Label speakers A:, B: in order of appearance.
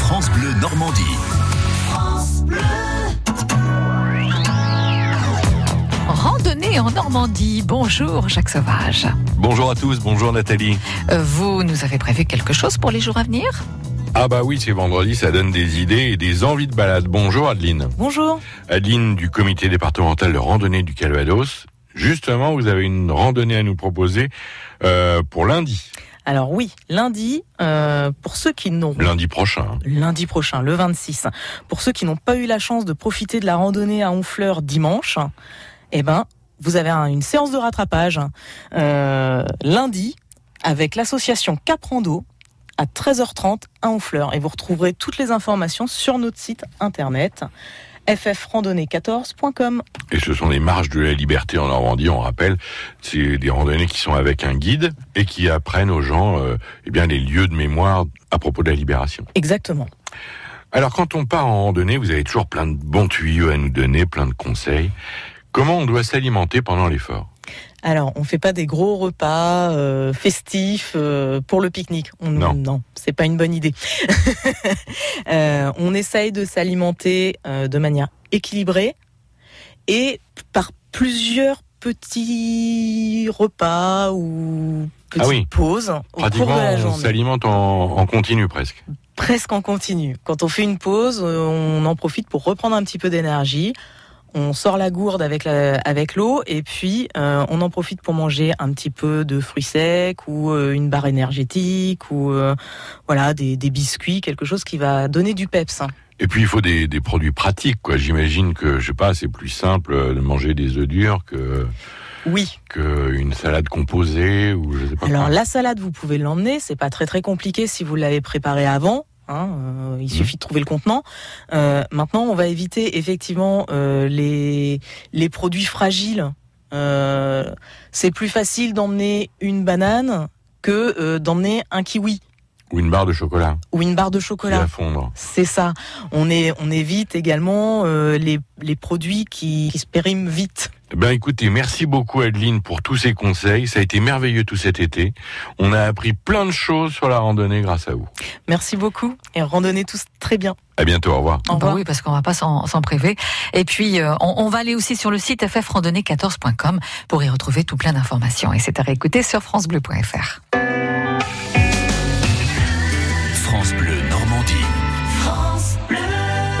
A: France Bleu Normandie. France Bleu.
B: Randonnée en Normandie. Bonjour Jacques Sauvage.
C: Bonjour à tous, bonjour Nathalie.
B: Euh, Vous nous avez prévu quelque chose pour les jours à venir
C: Ah bah oui, c'est vendredi, ça donne des idées et des envies de balade. Bonjour Adeline.
D: Bonjour.
C: Adeline du comité départemental de randonnée du Calvados. Justement, vous avez une randonnée à nous proposer euh, pour lundi,
D: Alors oui, lundi, euh, pour ceux qui n'ont
C: lundi prochain. hein.
D: lundi prochain, le 26, pour ceux qui n'ont pas eu la chance de profiter de la randonnée à Honfleur dimanche, eh ben, vous avez un- une séance de rattrapage euh, lundi avec l'association Caprando à 13h30 à Honfleur. Et vous retrouverez toutes les informations sur notre site internet ffrandonnée14.com.
C: Et ce sont les marches de la liberté en Normandie, on rappelle. C'est des randonnées qui sont avec un guide et qui apprennent aux gens euh, eh bien, les lieux de mémoire à propos de la libération.
D: Exactement.
C: Alors quand on part en randonnée, vous avez toujours plein de bons tuyaux à nous donner, plein de conseils. Comment on doit s'alimenter pendant l'effort
D: Alors, on fait pas des gros repas euh, festifs euh, pour le pique-nique. On-
C: Non.
D: c'est pas une bonne idée. Euh, on essaye de s'alimenter euh, de manière équilibrée et p- par plusieurs petits repas ou petites
C: Ah oui.
D: pauses au cours de
C: Pratiquement,
D: la
C: on
D: journée.
C: s'alimente en, en continu presque.
D: Presque en continu. Quand on fait une pause, euh, on en profite pour reprendre un petit peu d'énergie. On sort la gourde avec la- avec l'eau et puis euh, on en profite pour manger un petit peu de fruits secs ou euh, une barre énergétique ou euh, voilà des, des biscuits, quelque chose qui va donner du peps. hein.
C: Et puis il faut des, des produits pratiques, quoi. J'imagine que, je sais pas, c'est plus simple euh, de manger des œufs durs que
D: Oui.
C: qu'une salade composée ou je sais pas.
D: Alors
C: quoi.
D: la salade, vous pouvez l'emmener. C'est pas très très compliqué si vous l'avez préparée avant. hein, euh, il suffit de trouver le contenant. Euh, maintenant, on va éviter effectivement euh, les les produits fragiles. Euh, c'est plus facile d'emmener une banane que euh, d'emmener un kiwi
C: Ou une barre de chocolat
D: ou une barre de
C: qui va
D: chocolat.
C: fondre.
D: C'est ça. On, est, on évite également euh, les, les produits qui, qui se périment vite.
C: Ben écoutez, merci beaucoup Adeline pour tous ces conseils. Ça a été merveilleux tout cet été. On a appris plein de choses sur la randonnée grâce à vous.
D: Merci beaucoup et randonnez tous très bien.
C: À bientôt, au revoir.
D: Au
B: Bah
D: revoir.
B: oui, parce qu'on va pas s'en s'en priver. Et puis, euh, on, on va aller aussi sur le site ffrandonnée14.com pour y retrouver tout plein d'informations. Et c'est à réécouter sur francebleu.fr.